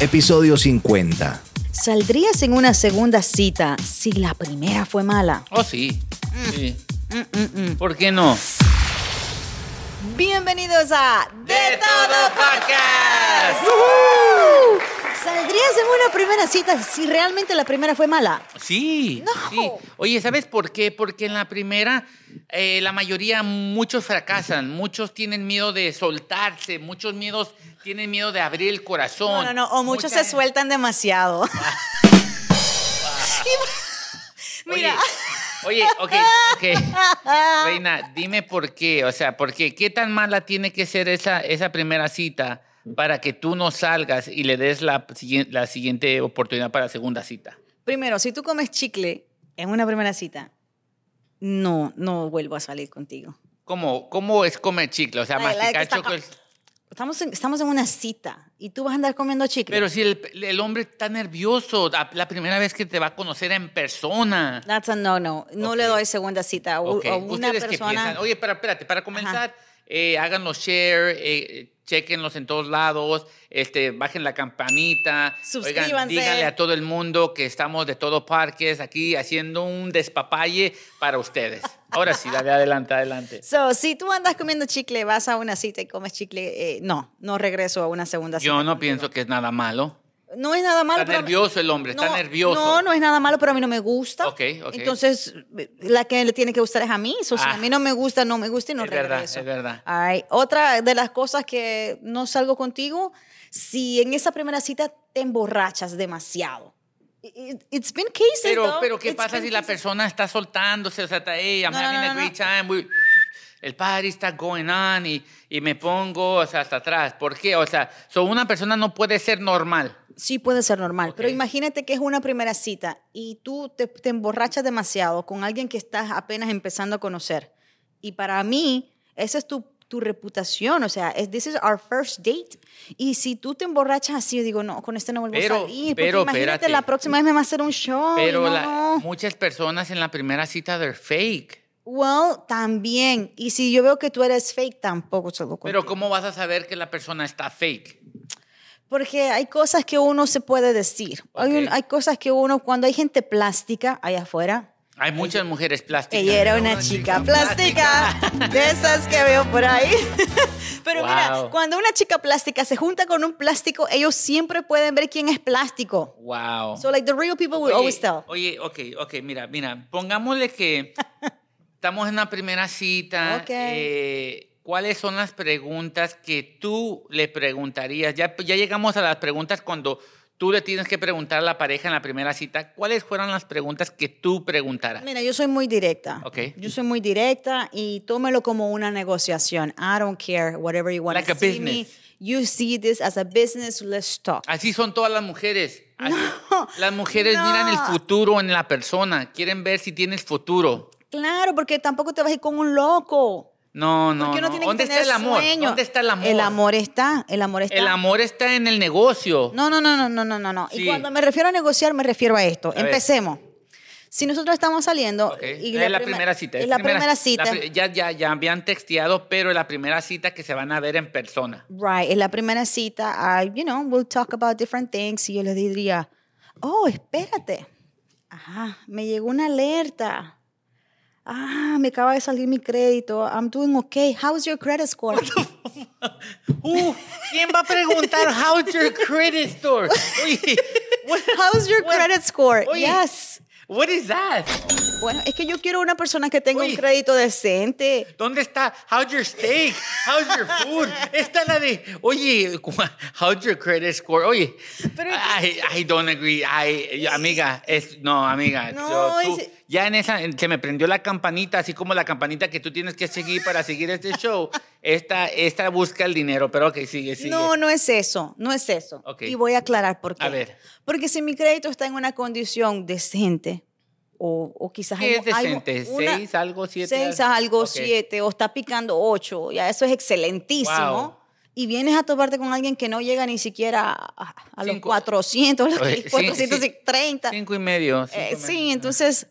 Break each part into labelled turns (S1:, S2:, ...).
S1: episodio 50.
S2: ¿Saldrías en una segunda cita si la primera fue mala?
S3: Oh, sí. sí.
S2: Mm, mm, mm.
S3: ¿Por qué no?
S2: Bienvenidos a
S3: Podcast!
S2: ¿Saldrías en una primera cita si realmente la primera fue mala?
S3: Sí,
S2: No.
S3: sí. Oye, ¿sabes por qué? Porque en la primera, eh, la mayoría, muchos fracasan, muchos tienen miedo de soltarse, muchos miedos tienen miedo de abrir el
S2: No,
S3: corazón.
S2: no, no. O muchos
S3: Mucha-
S2: se sueltan demasiado.
S3: Oye,
S2: Mira.
S3: Oye, ok, ok. Reina, dime por qué, o sea, por qué, qué tan mala tiene que ser esa, esa primera cita para que tú no salgas y le des la, siguien- la siguiente oportunidad para la segunda cita.
S2: Primero, si tú comes chicle en una primera cita, no, no vuelvo a salir contigo.
S3: ¿Cómo, cómo es comer chicle? O sea,
S2: Ay, la que
S3: masticar
S2: está
S3: chocolate.
S2: Estamos en, estamos en una cita y tú vas a andar comiendo chicle.
S3: Pero si el, el hombre está nervioso, la, la primera vez que te va a conocer en persona.
S2: That's a no, no. No le
S3: Ok.
S2: doy segunda cita a, u-
S3: Ok,
S2: a una
S3: ¿Ustedes qué
S2: persona.
S3: piensan? Oye, para, espérate, para comenzar, eh, háganlo share, eh, eh, chequenlos en todos lados, este, bajen la campanita.
S2: Suscríbanse.
S3: Oigan, díganle a todo el mundo que estamos de todos parques aquí haciendo un despapalle para ustedes. Ahora sí, dale, adelante, adelante.
S2: So, si tú andas comiendo chicle, vas a una cita y comes chicle, eh, no, no regreso a una segunda cita.
S3: Yo no pienso que es nada malo.
S2: No es nada malo.
S3: Está
S2: pero-
S3: nervioso el hombre, está
S2: No,
S3: nervioso.
S2: No, no es nada malo, pero a mí no me gusta.
S3: Ok, ok.
S2: Entonces, la que le tiene que gustar es a mí. So, si
S3: Ah.
S2: a mí no me gusta, no me gusta y no
S3: Es verdad,
S2: regreso.
S3: es verdad.
S2: All right. Otra de las cosas que no salgo contigo, si en esa primera cita te emborrachas demasiado. It- It's been cases,
S3: Pero,
S2: though.
S3: pero ¿qué
S2: It's
S3: pasa
S2: been
S3: si la
S2: cases.
S3: persona está soltándose? O sea, está, hey, I'm
S2: No, no,
S3: having
S2: no,
S3: a
S2: no,
S3: great time. we- el party está going on y, y me pongo o sea, hasta atrás. ¿Por qué? O sea, so una persona no puede ser normal.
S2: Sí puede ser normal, pero
S3: Ok.
S2: imagínate que es una primera cita y tú te, te emborrachas demasiado con alguien que estás apenas empezando a conocer. Y para mí, esa es tu, tu reputación, o sea, es, this is our first date. Y si tú te emborrachas así, yo digo, no, con este no vuelvo
S3: Pero-
S2: a salir, porque
S3: pero
S2: imagínate,
S3: espérate.
S2: la próxima vez me va a hacer un show. y
S3: Pero
S2: no,
S3: la-
S2: no.
S3: muchas personas en la primera cita they're fake.
S2: Well, también. Y si yo veo que tú eres fake, tampoco se lo
S3: Pero
S2: contigo.
S3: ¿cómo vas a saber que la persona está fake?
S2: Porque hay cosas que uno se puede decir. Hay, un-
S3: Ok.
S2: hay cosas que uno, cuando hay gente plástica allá afuera,
S3: Hay muchas mujeres plásticas.
S2: Ella era una chica plástica, de esas que veo por ahí. Pero mira,
S3: Wow.
S2: cuando una chica plástica se junta con un plástico, ellos siempre pueden ver quién es plástico.
S3: Wow.
S2: So like the real people will always tell.
S3: Oye, ok, ok, mira, mira, pongámosle que estamos en la primera cita.
S2: Ok.
S3: eh, ¿Cuáles son las preguntas que tú le preguntarías? Ya, ya llegamos a las preguntas cuando tú le tienes que preguntar a la pareja en la primera cita. ¿Cuáles fueron las preguntas que tú preguntaras?
S2: Mira, yo soy muy directa.
S3: Ok.
S2: Yo soy muy directa y tómelo como una negociación. I don't care, whatever you want
S3: Like a
S2: see me.
S3: business.
S2: You see this as a business, let's talk.
S3: Así son todas las mujeres. Así- las mujeres
S2: no.
S3: miran el futuro en la persona, quieren ver si tienes futuro.
S2: Claro, porque tampoco te vas a ir con un loco.
S3: No, no.
S2: Porque uno
S3: no.
S2: tiene que
S3: ¿Dónde
S2: tener
S3: está el amor?
S2: sueño.
S3: ¿Dónde está el amor?
S2: El amor está, el amor está.
S3: El amor está en el negocio.
S2: No, no, no, no, no, no, no. no. Y
S3: Sí.
S2: cuando me refiero a negociar, me refiero a esto.
S3: ver.
S2: Empecemos. Si nosotros estamos saliendo...
S3: Ok.
S2: Eh, y
S3: es la
S2: prima-
S3: primera cita.
S2: Es la primera
S3: la
S2: cita.
S3: pri- ya, ya, ya habían texteado, pero es la primera cita que se van a ver en persona.
S2: Right, es la primera cita. I, you know, we'll talk about different things. Y yo les diría, oh, espérate. Ajá, me llegó una alerta. Ah, me acaba de salir mi crédito. I'm doing okay. How's your credit score?
S3: Uh, ¿Quién va a preguntar how's your credit score? Oye, what,
S2: How's your
S3: what-
S2: credit score?
S3: Oye.
S2: Yes.
S3: what is that?
S2: Bueno, es que yo quiero una persona que tenga un
S3: Oye.
S2: crédito decente.
S3: ¿Dónde está how's your steak? How's your food? Está la de, oye, cu- how's your credit score? Oye,
S2: Pero-
S3: I, I don't agree. I- amiga, es, no, amiga.
S2: No,
S3: yo- tú-
S2: es-
S3: ya en esa, en- se me prendió la campanita, así como la campanita que tú tienes que seguir para seguir este show. Esta, esta busca el dinero, pero ok, sigue, sigue.
S2: No, no es eso, no es eso.
S3: Ok.
S2: Y voy a aclarar por qué.
S3: A ver.
S2: Porque si mi crédito está en una condición decente, o, o quizás...
S3: ¿Qué
S2: algo-
S3: es decente?
S2: algo- una-
S3: ¿Seis algo, siete?
S2: Seis algo,
S3: Ok.
S2: siete, o está picando ocho, ya eso es excelentísimo.
S3: Wow.
S2: Y vienes a toparte con alguien que no llega ni siquiera a, a los
S3: Cinco.
S2: 400, los
S3: Oye, sí,
S2: 430.
S3: Cinco y medio. cinco
S2: Eh,
S3: y medio.
S2: sí, entonces,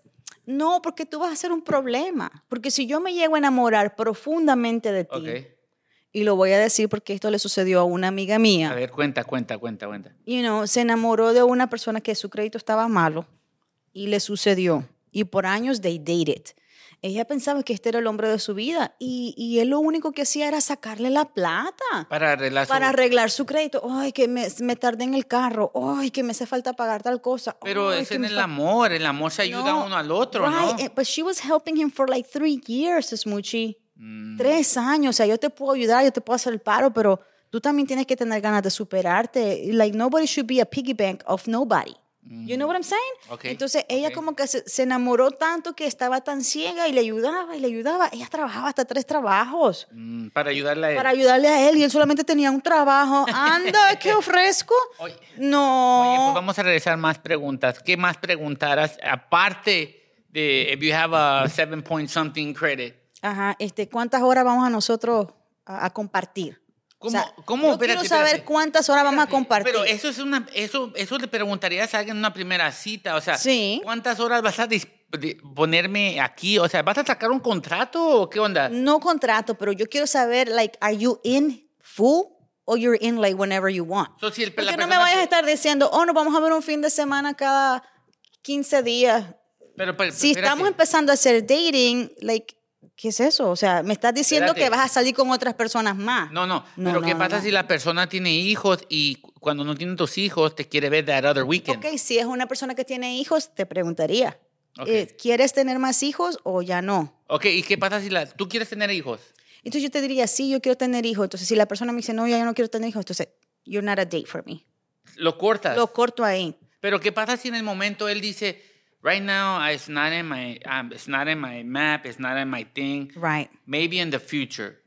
S2: no, porque tú vas a ser un problema. Porque si yo me llego a enamorar profundamente de ti,
S3: Ok.
S2: y lo voy a decir porque esto le sucedió a una amiga mía.
S3: A ver, cuenta, cuenta, cuenta, cuenta.
S2: you know, se enamoró de una persona que su crédito estaba malo y le sucedió. Y por años they dated. Ella pensaba que este era el hombre de su vida y, y él lo único que hacía era sacarle la plata
S3: Para arreglar su-
S2: para arreglar su crédito. Ay, que me, me tardé en el carro. Ay, que me hace falta pagar tal cosa.
S3: Pero
S2: Ay,
S3: es
S2: que
S3: en
S2: me
S3: el
S2: fa-
S3: amor, el amor se ayuda
S2: No,
S3: uno al otro,
S2: right,
S3: ¿no?
S2: eh, But she was helping him for like three years, Smoochie.
S3: Mm,
S2: Tres años, o sea, yo te puedo ayudar, yo te puedo hacer el paro, pero tú también tienes que tener ganas de superarte. Like, nobody should be a piggy bank of nobody. You know what I'm saying?
S3: Mm. ok,
S2: Entonces, ella
S3: ok.
S2: como que se, se enamoró tanto que estaba tan ciega y le ayudaba y le ayudaba. Ella trabajaba hasta tres trabajos
S3: Mm, para ayudarle a él.
S2: para ayudarle a él y él solamente tenía un trabajo. Anda, ¿qué ofrezco?
S3: Oye, Oye, pues
S2: No.
S3: vamos a regresar más preguntas. ¿Qué más preguntarás? Aparte de if you have a seven point something credit.
S2: Ajá, este, ¿cuántas horas vamos a nosotros a, a compartir? O
S3: ¿Cómo?
S2: sea,
S3: cómo?
S2: Yo
S3: Espérate,
S2: quiero saber
S3: espérate.
S2: cuántas horas vamos a
S3: Espérate,
S2: compartir.
S3: Pero eso es una, eso, eso le preguntarías a alguien en una primera cita. O sea,
S2: Sí.
S3: ¿cuántas horas vas a dis- de- ponerme aquí? O sea, ¿vas a sacar un contrato o qué onda?
S2: No contrato, pero yo quiero saber, like, are you in full or you're in like whenever you want?
S3: So, si el- la
S2: Porque no me
S3: persona
S2: vayas a
S3: se-
S2: estar diciendo, oh, nos vamos a ver un fin de semana cada 15 días.
S3: Pero, pero,
S2: Si
S3: espérate.
S2: estamos empezando a hacer dating, like, ¿qué es eso? O sea, me estás diciendo que
S3: Espérate.
S2: vas a salir con otras personas más.
S3: No, no,
S2: No,
S3: pero
S2: no,
S3: ¿qué
S2: no,
S3: pasa
S2: no.
S3: si la persona tiene hijos y cu- cuando no tiene tus hijos te quiere ver that other weekend?
S2: Ok, si es una persona que tiene hijos, te preguntaría,
S3: Ok.
S2: eh, ¿quieres tener más hijos o ya no?
S3: ok, ¿y qué pasa si la, tú quieres tener hijos?
S2: Entonces yo te diría, sí, yo quiero tener hijos. Entonces si la persona me dice, no, ya yo no quiero tener hijos, entonces, you're not a date for me.
S3: Lo cortas.
S2: Lo corto ahí.
S3: Pero ¿qué pasa si en el momento él dice, right now it's not in my, um, it's not in my map, it's not in my thing,
S2: Right.
S3: maybe in the future?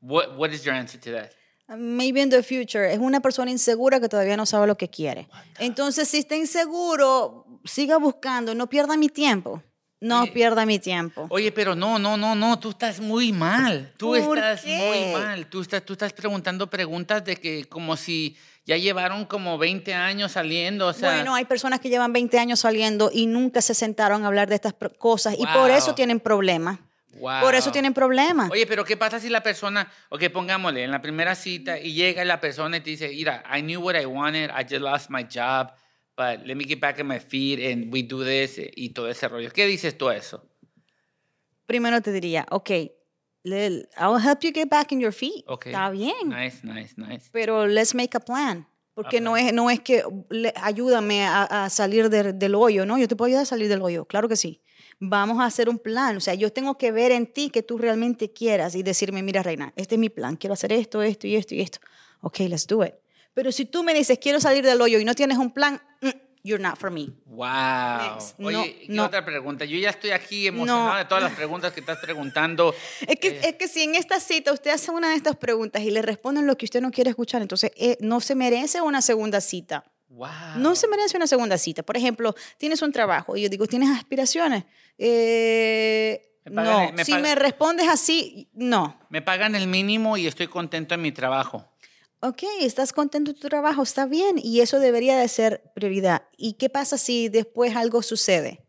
S3: What, what is your answer to that?
S2: Uh, Maybe in the future. Es una persona insegura que todavía no sabe lo que quiere. Entonces, si está inseguro, siga buscando. No pierda mi tiempo. No
S3: Oye.
S2: pierda mi tiempo.
S3: Oye, pero no, no, no, no, tú estás muy mal. Tú
S2: ¿Por
S3: estás
S2: qué?
S3: muy mal. Tú estás, tú estás preguntando preguntas de que como si ya llevaron como 20 años saliendo, o sea,
S2: bueno, hay personas que llevan 20 años saliendo y nunca se sentaron a hablar de estas pro- cosas y por
S3: Wow.
S2: eso tienen problemas. Por eso
S3: wow.
S2: tienen problemas.
S3: Oye, pero ¿qué pasa si la persona, o que pongámosle, en la primera cita y llega la persona y te dice, mira, I knew what I wanted, I just lost my job, but let me get back on my feet and we do this y todo ese rollo. ¿Qué dices tú a eso?
S2: Primero te diría, ok, Lil, I'll help you get back on your feet.
S3: Ok.
S2: Está bien.
S3: Nice, nice, nice.
S2: pero let's make a plan. Porque
S3: A
S2: no es, no es que le- ayúdame a, a salir de- del hoyo, ¿no? Yo te puedo ayudar a salir del hoyo, claro que sí. Vamos a hacer un plan, o sea, yo tengo que ver en ti que tú realmente quieras y decirme, mira, Reina, este es mi plan, quiero hacer esto, esto y esto y esto. Ok, let's do it. Pero si tú me dices, quiero salir del hoyo y no tienes un plan, mm, you're not for me.
S3: Wow.
S2: Next.
S3: Oye,
S2: No,
S3: ¿qué
S2: no.
S3: otra pregunta? Yo ya estoy aquí emocionada
S2: No.
S3: de todas las preguntas que estás preguntando.
S2: Es que, es que si en esta cita usted hace una de estas preguntas y le responden lo que usted no quiere escuchar, entonces eh, no se merece una segunda cita.
S3: Wow.
S2: No se merece una segunda cita. Por ejemplo, tienes un trabajo y yo digo, ¿tienes aspiraciones? Eh,
S3: Me pagan-
S2: no.
S3: me
S2: si
S3: pagan-
S2: me respondes así, no.
S3: Me pagan el mínimo y estoy contento en mi trabajo.
S2: Ok, estás contento de tu trabajo, está bien. Y eso debería de ser prioridad. ¿Y qué pasa si después algo sucede?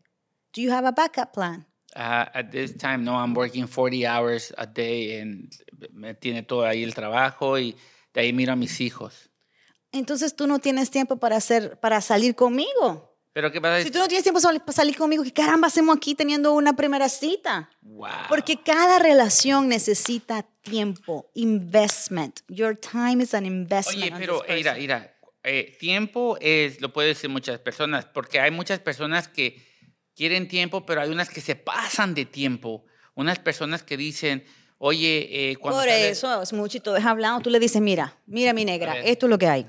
S2: Do you have a backup plan?
S3: Uh, at this time, no, I'm working 40 hours a day and me tiene todo ahí el trabajo y de ahí miro a mis hijos.
S2: Entonces tú no tienes tiempo para, hacer, para salir conmigo.
S3: Pero qué pasa
S2: Si tú no tienes tiempo sal- para salir conmigo, ¿qué caramba hacemos aquí teniendo una primera cita?
S3: wow.
S2: Porque cada relación necesita tiempo, investment. Your time is an investment.
S3: Oye,
S2: on
S3: pero
S2: this person.
S3: mira, mira, eh, tiempo es, lo puede decir muchas personas, porque hay muchas personas que quieren tiempo, pero hay unas que se pasan de tiempo. Unas personas que dicen, oye, eh, cuando
S2: Por
S3: sales-
S2: eso, es mucho y todo es hablado. Tú le dices, mira, mira mi
S3: A
S2: negra,
S3: ver.
S2: esto es lo que hay.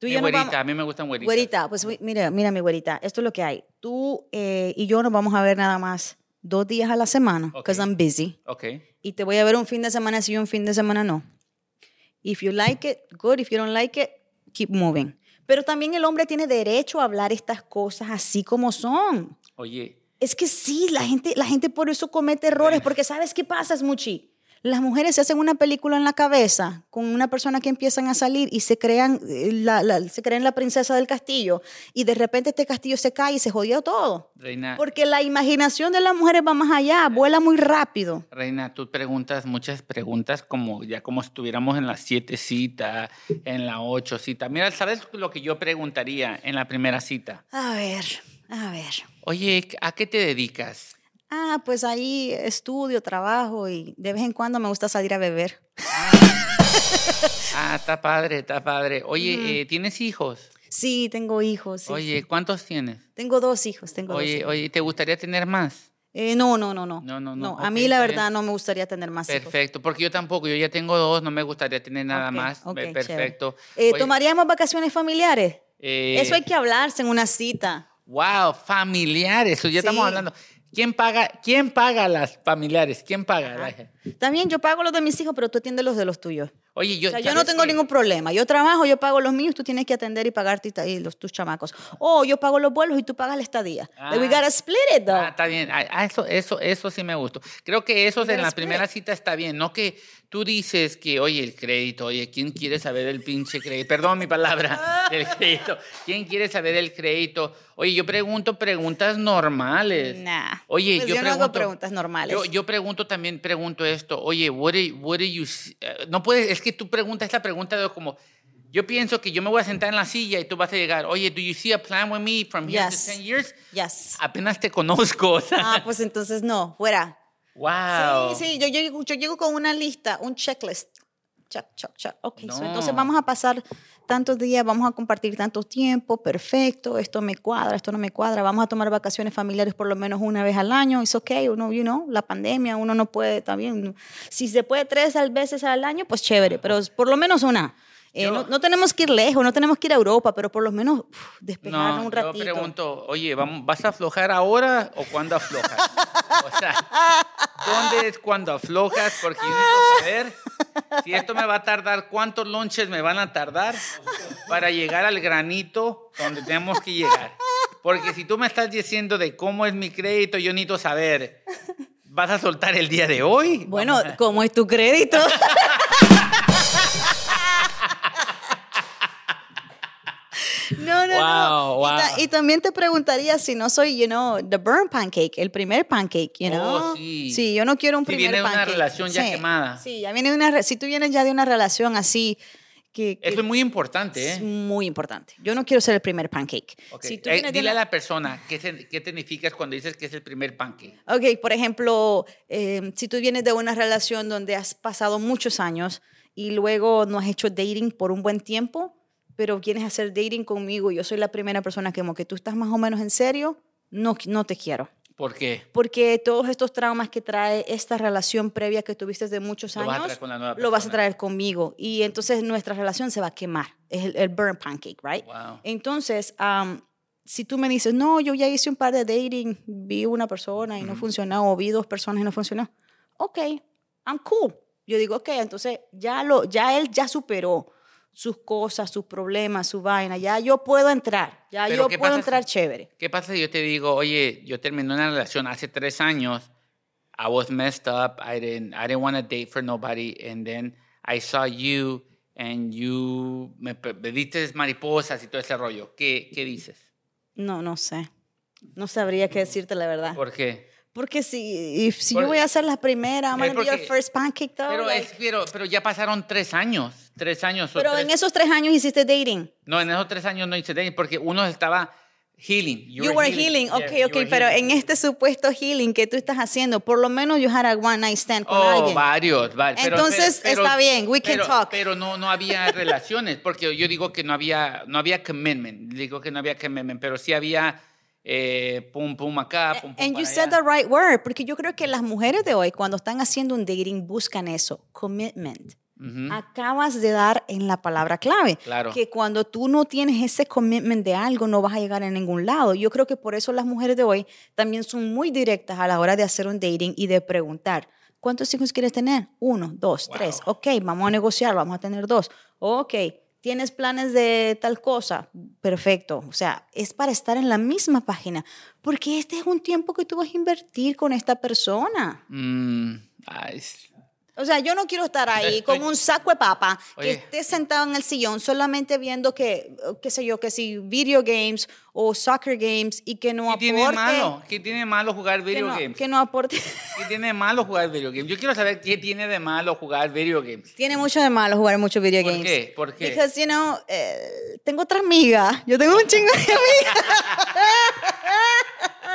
S2: Tú y
S3: Mi
S2: yo nos
S3: güerita,
S2: vamos-
S3: a mí me gustan güeritas.
S2: Güerita, pues güey, mira, mira mi güerita, esto es lo que hay. Tú eh, y yo nos vamos a ver nada más dos días a la semana,
S3: Ok.
S2: because I'm busy.
S3: Ok.
S2: Y te voy a ver un fin de semana sí y un fin de semana no. If you like it, good. If you don't like it, keep moving. Pero también el hombre tiene derecho a hablar estas cosas así como son.
S3: Oye,
S2: Es que sí, la gente, la gente por eso comete errores, porque ¿sabes qué pasa, Smuchi? Las mujeres se hacen una película en la cabeza con una persona que empiezan a salir y se crean eh, la, la- se creen la princesa del castillo y de repente este castillo se cae y se jodió todo.
S3: Reina,
S2: Porque la imaginación de las mujeres va más allá, vuela muy rápido.
S3: Reina, tú preguntas muchas preguntas como ya como estuviéramos en la siete cita, en la ocho cita. Mira, ¿sabes lo que yo preguntaría en la primera cita?
S2: A ver, a ver.
S3: Oye, ¿a qué te dedicas?
S2: Ah, pues ahí estudio, trabajo y de vez en cuando me gusta salir a beber.
S3: Ah, está padre, está padre. Oye, eh, ¿tienes hijos?
S2: Sí, tengo hijos. sí.
S3: Oye, ¿cuántos tienes?
S2: Tengo dos hijos, tengo dos
S3: Oye,
S2: hijos.
S3: oye, ¿te gustaría tener más?
S2: Eh, no, no, no, no.
S3: No, no, no.
S2: a
S3: Ok,
S2: mí la
S3: está bien.
S2: verdad no me gustaría tener más hijos.
S3: Perfecto, porque yo tampoco, yo ya tengo dos, no me gustaría tener nada
S2: Ok,
S3: más.
S2: ok,
S3: Ve,
S2: chévere.
S3: Perfecto.
S2: Eh,
S3: Oye,
S2: ¿Tomaríamos vacaciones familiares?
S3: eh,
S2: Eso hay que hablarse en una cita.
S3: Wow, familiares, ya estamos
S2: Sí.
S3: hablando. ¿Quién paga, quién paga a las familiares? ¿Quién paga? La-
S2: También yo pago los de mis hijos, pero tú atiendes los de los tuyos.
S3: Oye, yo,
S2: O sea, yo
S3: ¿sabes
S2: no tengo
S3: qué?
S2: ningún problema. Yo trabajo, yo pago los míos, tú tienes que atender y pagar ti- y los, tus chamacos. O yo pago los vuelos y tú pagas la estadía. We
S3: Ah.
S2: gotta split it, though.
S3: Ah, está bien. Ah, ah, eso, eso, eso sí me gustó. Creo que eso en
S2: Pero
S3: la
S2: espera.
S3: primera cita está bien. No que tú dices que, oye, el crédito, oye, ¿quién quiere saber el pinche crédito? Perdón mi palabra, del crédito. ¿Quién quiere saber el crédito? Oye, yo pregunto preguntas normales.
S2: Nah.
S3: Oye,
S2: Pues
S3: yo,
S2: yo no hago
S3: pregunto,
S2: preguntas normales.
S3: Yo, yo pregunto también, pregunto esto. Oye, what are- what are you s- eh, no puedes, es que tú preguntas esta pregunta de como, yo pienso que yo me voy a sentar en la silla y tú vas a llegar. Oye, do you see a plan with me from here
S2: Yes.
S3: to 10 years?
S2: Yes.
S3: Apenas te conozco. o sea.
S2: Ah, pues entonces no, fuera.
S3: Wow.
S2: Ah, Sí, sí, yo llego, yo llego con una lista, un checklist. Check, check, check. Ok, so
S3: No.
S2: entonces vamos a pasar tantos días, vamos a compartir tanto tiempo, perfecto, esto me cuadra, esto no me cuadra, vamos a tomar vacaciones familiares por lo menos una vez al año, es ok, uno, you know, la pandemia, uno no puede también, si se puede tres al- veces al año, pues chévere, pero por lo menos una. Eh,
S3: Yo-
S2: no, no tenemos que ir lejos, no tenemos que ir a Europa, pero por lo menos uf, despejarnos un ratito.
S3: yo pregunto, oye, ¿vam- ¿vas a aflojar ahora o cuándo aflojas? o sea, ¿dónde es cuando aflojas? Porque yo necesito saber si esto me va a tardar, cuántos lonches me van a tardar para llegar al granito donde tenemos que llegar. Porque si tú me estás diciendo de cómo es mi crédito, yo necesito saber, ¿vas a soltar el día de hoy?
S2: Bueno, ¿cómo es tu crédito? No, no, no.
S3: Wow,
S2: Y ta-
S3: wow.
S2: Y, también te preguntaría si no soy, you know, the burn pancake, el primer pancake, you
S3: Oh,
S2: know.
S3: sí.
S2: yo no quiero un
S3: Si
S2: primer
S3: viene de una
S2: pancake.
S3: relación ya
S2: Sí,
S3: quemada.
S2: Sí, ya viene de una, re- si tú vienes ya de una relación así, que, que
S3: Eso es muy importante,
S2: es
S3: ¿eh?
S2: muy importante. Yo no quiero ser el primer pancake.
S3: Ok.
S2: Si tú
S3: Eh,
S2: vienes de
S3: dile a
S2: una-
S3: la persona qué, sen- qué significas cuando dices que es el primer pancake.
S2: Ok, por ejemplo, eh, si tú vienes de una relación donde has pasado muchos años y luego no has hecho dating por un buen tiempo, pero quieres hacer dating conmigo y yo soy la primera persona que como que tú estás más o menos en serio, no, no te quiero.
S3: ¿Por qué?
S2: Porque todos estos traumas que trae esta relación previa que tuviste de muchos
S3: Lo vas a traer
S2: años,
S3: con la nueva
S2: lo vas a
S3: persona.
S2: traer conmigo. Y entonces nuestra relación se va a quemar. Es el, el burn pancake, ¿right?
S3: Wow.
S2: Entonces, am, si tú me dices, no, yo ya hice un par de dating, vi una persona y no funcionó, o vi dos personas y no funcionó, ok, I'm cool. Yo digo, ok, entonces ya, lo, ya él ya superó sus cosas, sus problemas, su vaina, ya yo puedo entrar, ya
S3: Pero
S2: yo
S3: ¿qué
S2: puedo
S3: pasa si-
S2: entrar chévere.
S3: ¿Qué pasa si yo te digo, oye, yo terminé una relación hace tres años, I was messed up, I didn't, I didn't want to date for nobody, and then I saw you, and you me pe- pediste mariposas y todo ese rollo. ¿Qué, qué dices?
S2: No, no sé. No sabría qué decirte la verdad.
S3: Mm. ¿Por qué?
S2: Porque si, if- si
S3: Por-
S2: yo voy a ser la primera, I'm
S3: Es
S2: gonna be your
S3: porque-
S2: first pancake, though,
S3: Pero,
S2: like-
S3: es, pero, pero ya pasaron tres años, tres años. o
S2: pero
S3: tres-
S2: en esos tres años hiciste dating.
S3: No, en esos tres años no hice dating porque uno estaba healing.
S2: You, were healing,
S3: Yeah,
S2: ok,
S3: you
S2: ok,
S3: were
S2: pero
S3: healing.
S2: en este supuesto healing que tú estás haciendo, por lo menos you had a one night stand con
S3: Oh,
S2: alguien.
S3: varios, varios. Pero-
S2: Entonces,
S3: pero-
S2: está bien, we can
S3: pero-
S2: talk.
S3: Pero no, no había relaciones, porque yo digo que no había, no había commitment. Digo que no había commitment, pero sí había eh, pum, pum acá, pum, pum
S2: And you
S3: para
S2: said
S3: allá.
S2: the right word, porque yo creo que las mujeres de hoy, cuando están haciendo un dating, buscan eso, commitment.
S3: Ujú.
S2: Acabas de dar en la palabra clave.
S3: Claro.
S2: Que cuando tú no tienes ese commitment de algo, no vas a llegar a ningún lado. Yo creo que por eso las mujeres de hoy también son muy directas a la hora de hacer un dating y de preguntar. ¿Cuántos hijos quieres tener? Uno, dos,
S3: Wow.
S2: tres. Ok, vamos a negociar, vamos a tener dos. Ok, ¿tienes planes de tal cosa? Perfecto. O sea, es para estar en la misma página. Porque este es un tiempo que tú vas a invertir con esta persona.
S3: Mm, ay, es-
S2: O sea, yo no quiero estar ahí
S3: Estoy-
S2: con un saco de papa,
S3: Oye.
S2: que esté sentado en el sillón solamente viendo que, qué sé yo, que si video games o soccer games y que no
S3: ¿Qué
S2: aporte.
S3: tiene de malo? ¿Qué tiene de malo jugar
S2: Que
S3: video
S2: no,
S3: games?
S2: que no aporte.
S3: ¿Qué tiene de malo jugar video games? Yo quiero saber qué tiene de malo jugar video games.
S2: Tiene mucho de malo jugar mucho video
S3: ¿Por
S2: games.
S3: qué? ¿Por qué?
S2: Because, you know, eh, tengo otra amiga. Yo tengo un chingo de amigas.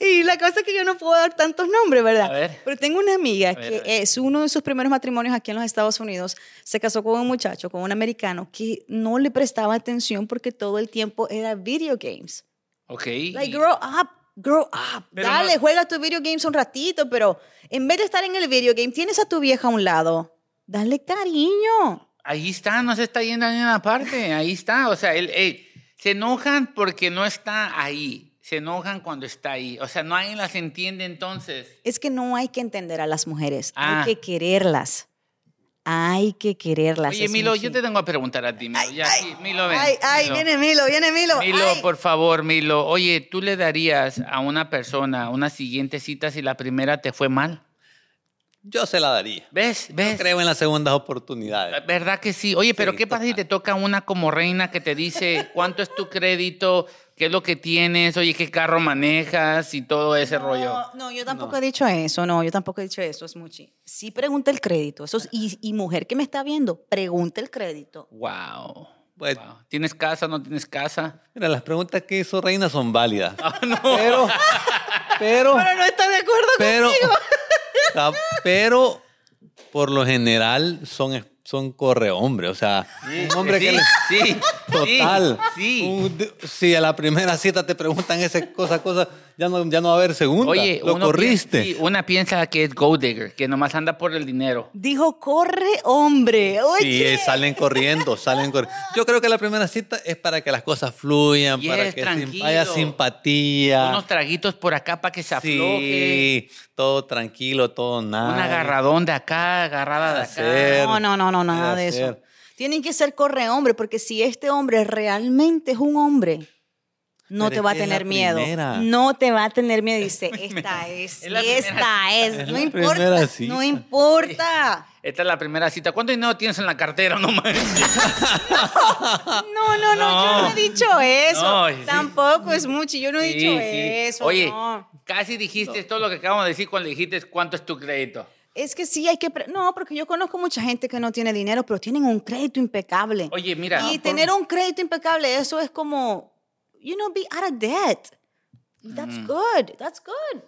S2: y la cosa es que yo no puedo dar tantos nombres, ¿verdad?
S3: A ver.
S2: Pero tengo una amiga
S3: ver,
S2: que
S3: a ver.
S2: es uno de sus primeros matrimonios aquí en los Estados Unidos. Se casó con un muchacho, con un americano, que no le prestaba atención porque todo el tiempo era video games.
S3: Ok.
S2: Like, grow up, grow up.
S3: Pero
S2: Dale,
S3: no-
S2: juega tu video games un ratito, pero en vez de estar en el video game, tienes a tu vieja a un lado. Dale cariño.
S3: Ahí está, no se está yendo a ninguna parte. Ahí está. O sea, él, él- se enojan porque no está ahí. Se enojan cuando está ahí. O sea, no alguien las entiende entonces.
S2: Es que no hay que entender a las mujeres,
S3: Ah.
S2: hay que quererlas. Hay que quererlas.
S3: Oye,
S2: es un
S3: Milo, yo
S2: fin.
S3: te tengo a preguntar a ti, Milo. Ya, sí, Milo, ven.
S2: Ay, ay,
S3: Milo.
S2: viene Milo, viene Milo.
S3: Milo,
S2: ay.
S3: por favor, Milo. Oye, ¿tú le darías a una persona una siguiente cita si la primera te fue mal?
S1: Yo se la daría.
S3: ¿Ves? ¿Ves?
S1: Creo en las segundas oportunidades.
S3: ¿Verdad que sí? Oye, pero
S1: Sí,
S3: ¿qué pasa si te
S1: total.
S3: toca una como reina que te dice cuánto es tu crédito, qué es lo que tienes, oye, qué carro manejas y todo ese rollo?
S2: No, no, yo tampoco he dicho eso, no, yo tampoco he dicho eso, es mucho. Sí, pregunta el crédito. Eso es- y, y mujer que me está viendo, pregunta el crédito.
S3: Wow.
S1: Pues-
S3: Wow. ¿Tienes casa? ¿No tienes casa?
S1: Mira, las preguntas que hizo Reina son válidas.
S3: Ah.
S1: Pero, pero,
S2: Pero no está de acuerdo
S1: pero, o sea, pero, por lo general son, es- son corre hombre. O sea, un hombre que
S3: sí,
S1: le-
S3: sí,
S1: Total.
S3: Sí.
S1: Un de- si a la primera cita te preguntan esas cosas, cosas, ya no, ya no va a haber segunda.
S3: Oye,
S1: lo
S3: uno
S1: corriste.
S3: piensa- sí, una piensa que es gold digger, que nomás anda por el dinero.
S2: Dijo, corre, hombre.
S1: Sí,
S2: Oye.
S1: eh, salen corriendo, salen corriendo. Yo creo que la primera cita es para que las cosas fluyan,
S3: Yes,
S1: para que sim-
S3: tranquilo.
S1: haya simpatía.
S3: Unos traguitos por acá para que se afloje.
S1: sí, todo tranquilo, todo nada.
S3: Un agarradón de acá, agarrada de acá.
S1: Hacer.
S2: No, no, no, no, nada de eso.
S1: Hacer.
S2: Tienen que ser corre hombre, porque si este hombre realmente es un hombre, no
S1: Pero
S2: te
S1: es
S2: va a
S1: que es la
S2: tener miedo.
S1: primera.
S2: No te va a tener miedo. Dice, esta es,
S3: es la
S2: esta es.
S1: es
S2: no
S1: la
S2: importa,
S1: primera cita.
S2: no importa.
S3: Esta es la primera cita. ¿Cuánto dinero tienes en la cartera? No manches.
S2: No, no, no, yo no he
S3: No.
S2: dicho eso.
S3: No, sí.
S2: Tampoco es mucho, yo no he
S3: Sí,
S2: dicho
S3: sí.
S2: eso.
S3: Oye,
S2: no.
S3: casi dijiste todo lo que acabamos de decir cuando dijiste cuánto es tu crédito.
S2: Es que sí hay que... pre- No, porque yo conozco mucha gente que no tiene dinero, pero tienen un crédito impecable.
S3: Oye, mira.
S2: y tener un crédito impecable, eso es como, you know, be out of debt.
S3: Mm.
S2: That's good, that's good.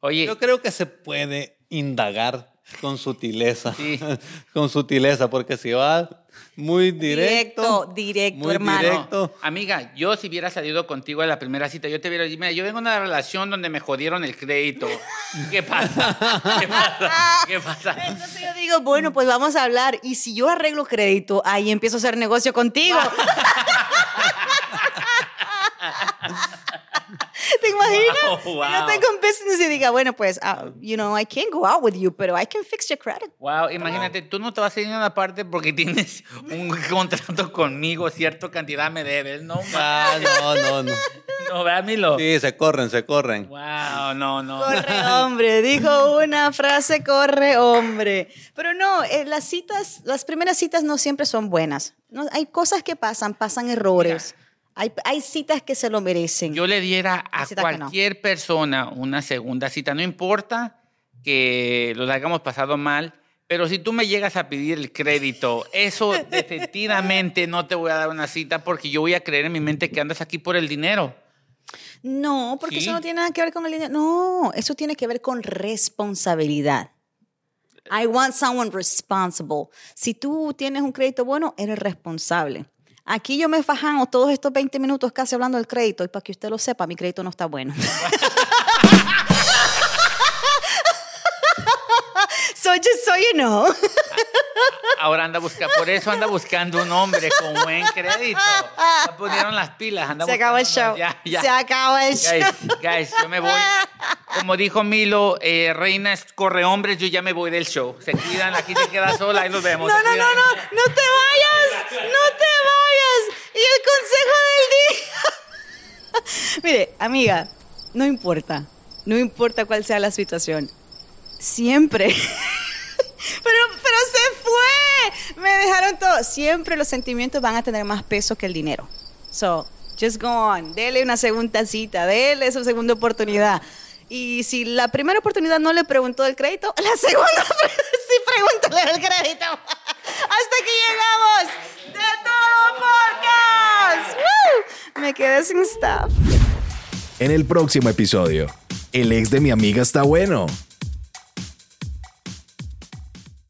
S3: Oye,
S1: Yo creo que se puede indagar con sutileza.
S3: Sí.
S1: con sutileza, porque si va muy directo.
S2: Directo, directo,
S1: muy
S2: hermano.
S1: directo.
S3: amiga, yo si hubiera salido contigo a la primera cita, yo te hubiera dicho, mira, yo vengo de una relación donde me jodieron el crédito. ¿Qué pasa? ¿Qué pasa? ¿Qué pasa?
S2: Entonces yo digo, bueno, pues vamos a hablar. Y si yo arreglo crédito, ahí empiezo a hacer negocio contigo. ¿Te imaginas?
S3: Wow, wow.
S2: Yo tengo un business y diga, bueno, pues, ah, you know, I can't go out with you, pero I can fix your credit.
S3: Wow, imagínate, tú no te vas a ir a una parte porque tienes un contrato conmigo, cierta cantidad me debes, ¿no? ma-
S1: Ah, no, no, no.
S3: No, vea, Milo.
S1: Sí, se corren, se corren.
S3: Wow, no, no.
S2: Corre hombre, dijo una frase, corre hombre. Pero no, eh, las citas, las primeras citas no siempre son buenas. No, hay cosas que pasan, pasan errores. Hay, hay citas que se lo merecen.
S3: Yo le diera a
S2: Cita que no.
S3: cualquier persona una segunda cita, no importa que lo hayamos pasado mal, pero si tú me llegas a pedir el crédito, eso definitivamente no te voy a dar una cita porque yo voy a creer en mi mente que andas aquí por el dinero.
S2: No, porque
S3: Sí.
S2: eso no tiene nada que ver con el dinero. No, eso tiene que ver con responsabilidad. I want someone responsible. Si tú tienes un crédito bueno, eres responsable. Aquí yo me fajamos todos estos 20 minutos casi hablando del crédito y para que usted lo sepa, mi crédito no está bueno. so just so you know.
S3: Ahora anda buscando, por eso anda buscando un hombre con buen crédito. Ya pusieron las pilas, anda
S2: Se acabó el
S3: buscando-
S2: show.
S3: Ya, ya.
S2: Se acabó el show.
S3: Guys, guys, yo me voy. Como dijo Milo, eh, reinas, corre hombres, yo ya me voy del show. Se cuidan, aquí se queda sola, ahí nos vemos.
S2: No,
S3: Se
S2: no, no,
S3: cuidan.
S2: no, no te vayas, no te vayas. Y el consejo del día. Mire, amiga, no importa, no importa cuál sea la situación, siempre Me dejaron todo. Siempre los sentimientos van a tener más peso que el dinero. So, just go on. Dele una segunda cita, dele su segunda oportunidad. Y si la primera oportunidad no le preguntó el crédito, la segunda sí pregúntale el crédito. Hasta aquí llegamos. De todo podcast. ¡Woo! Me quedé sin staff.
S4: En el próximo episodio, el ex de mi amiga está bueno.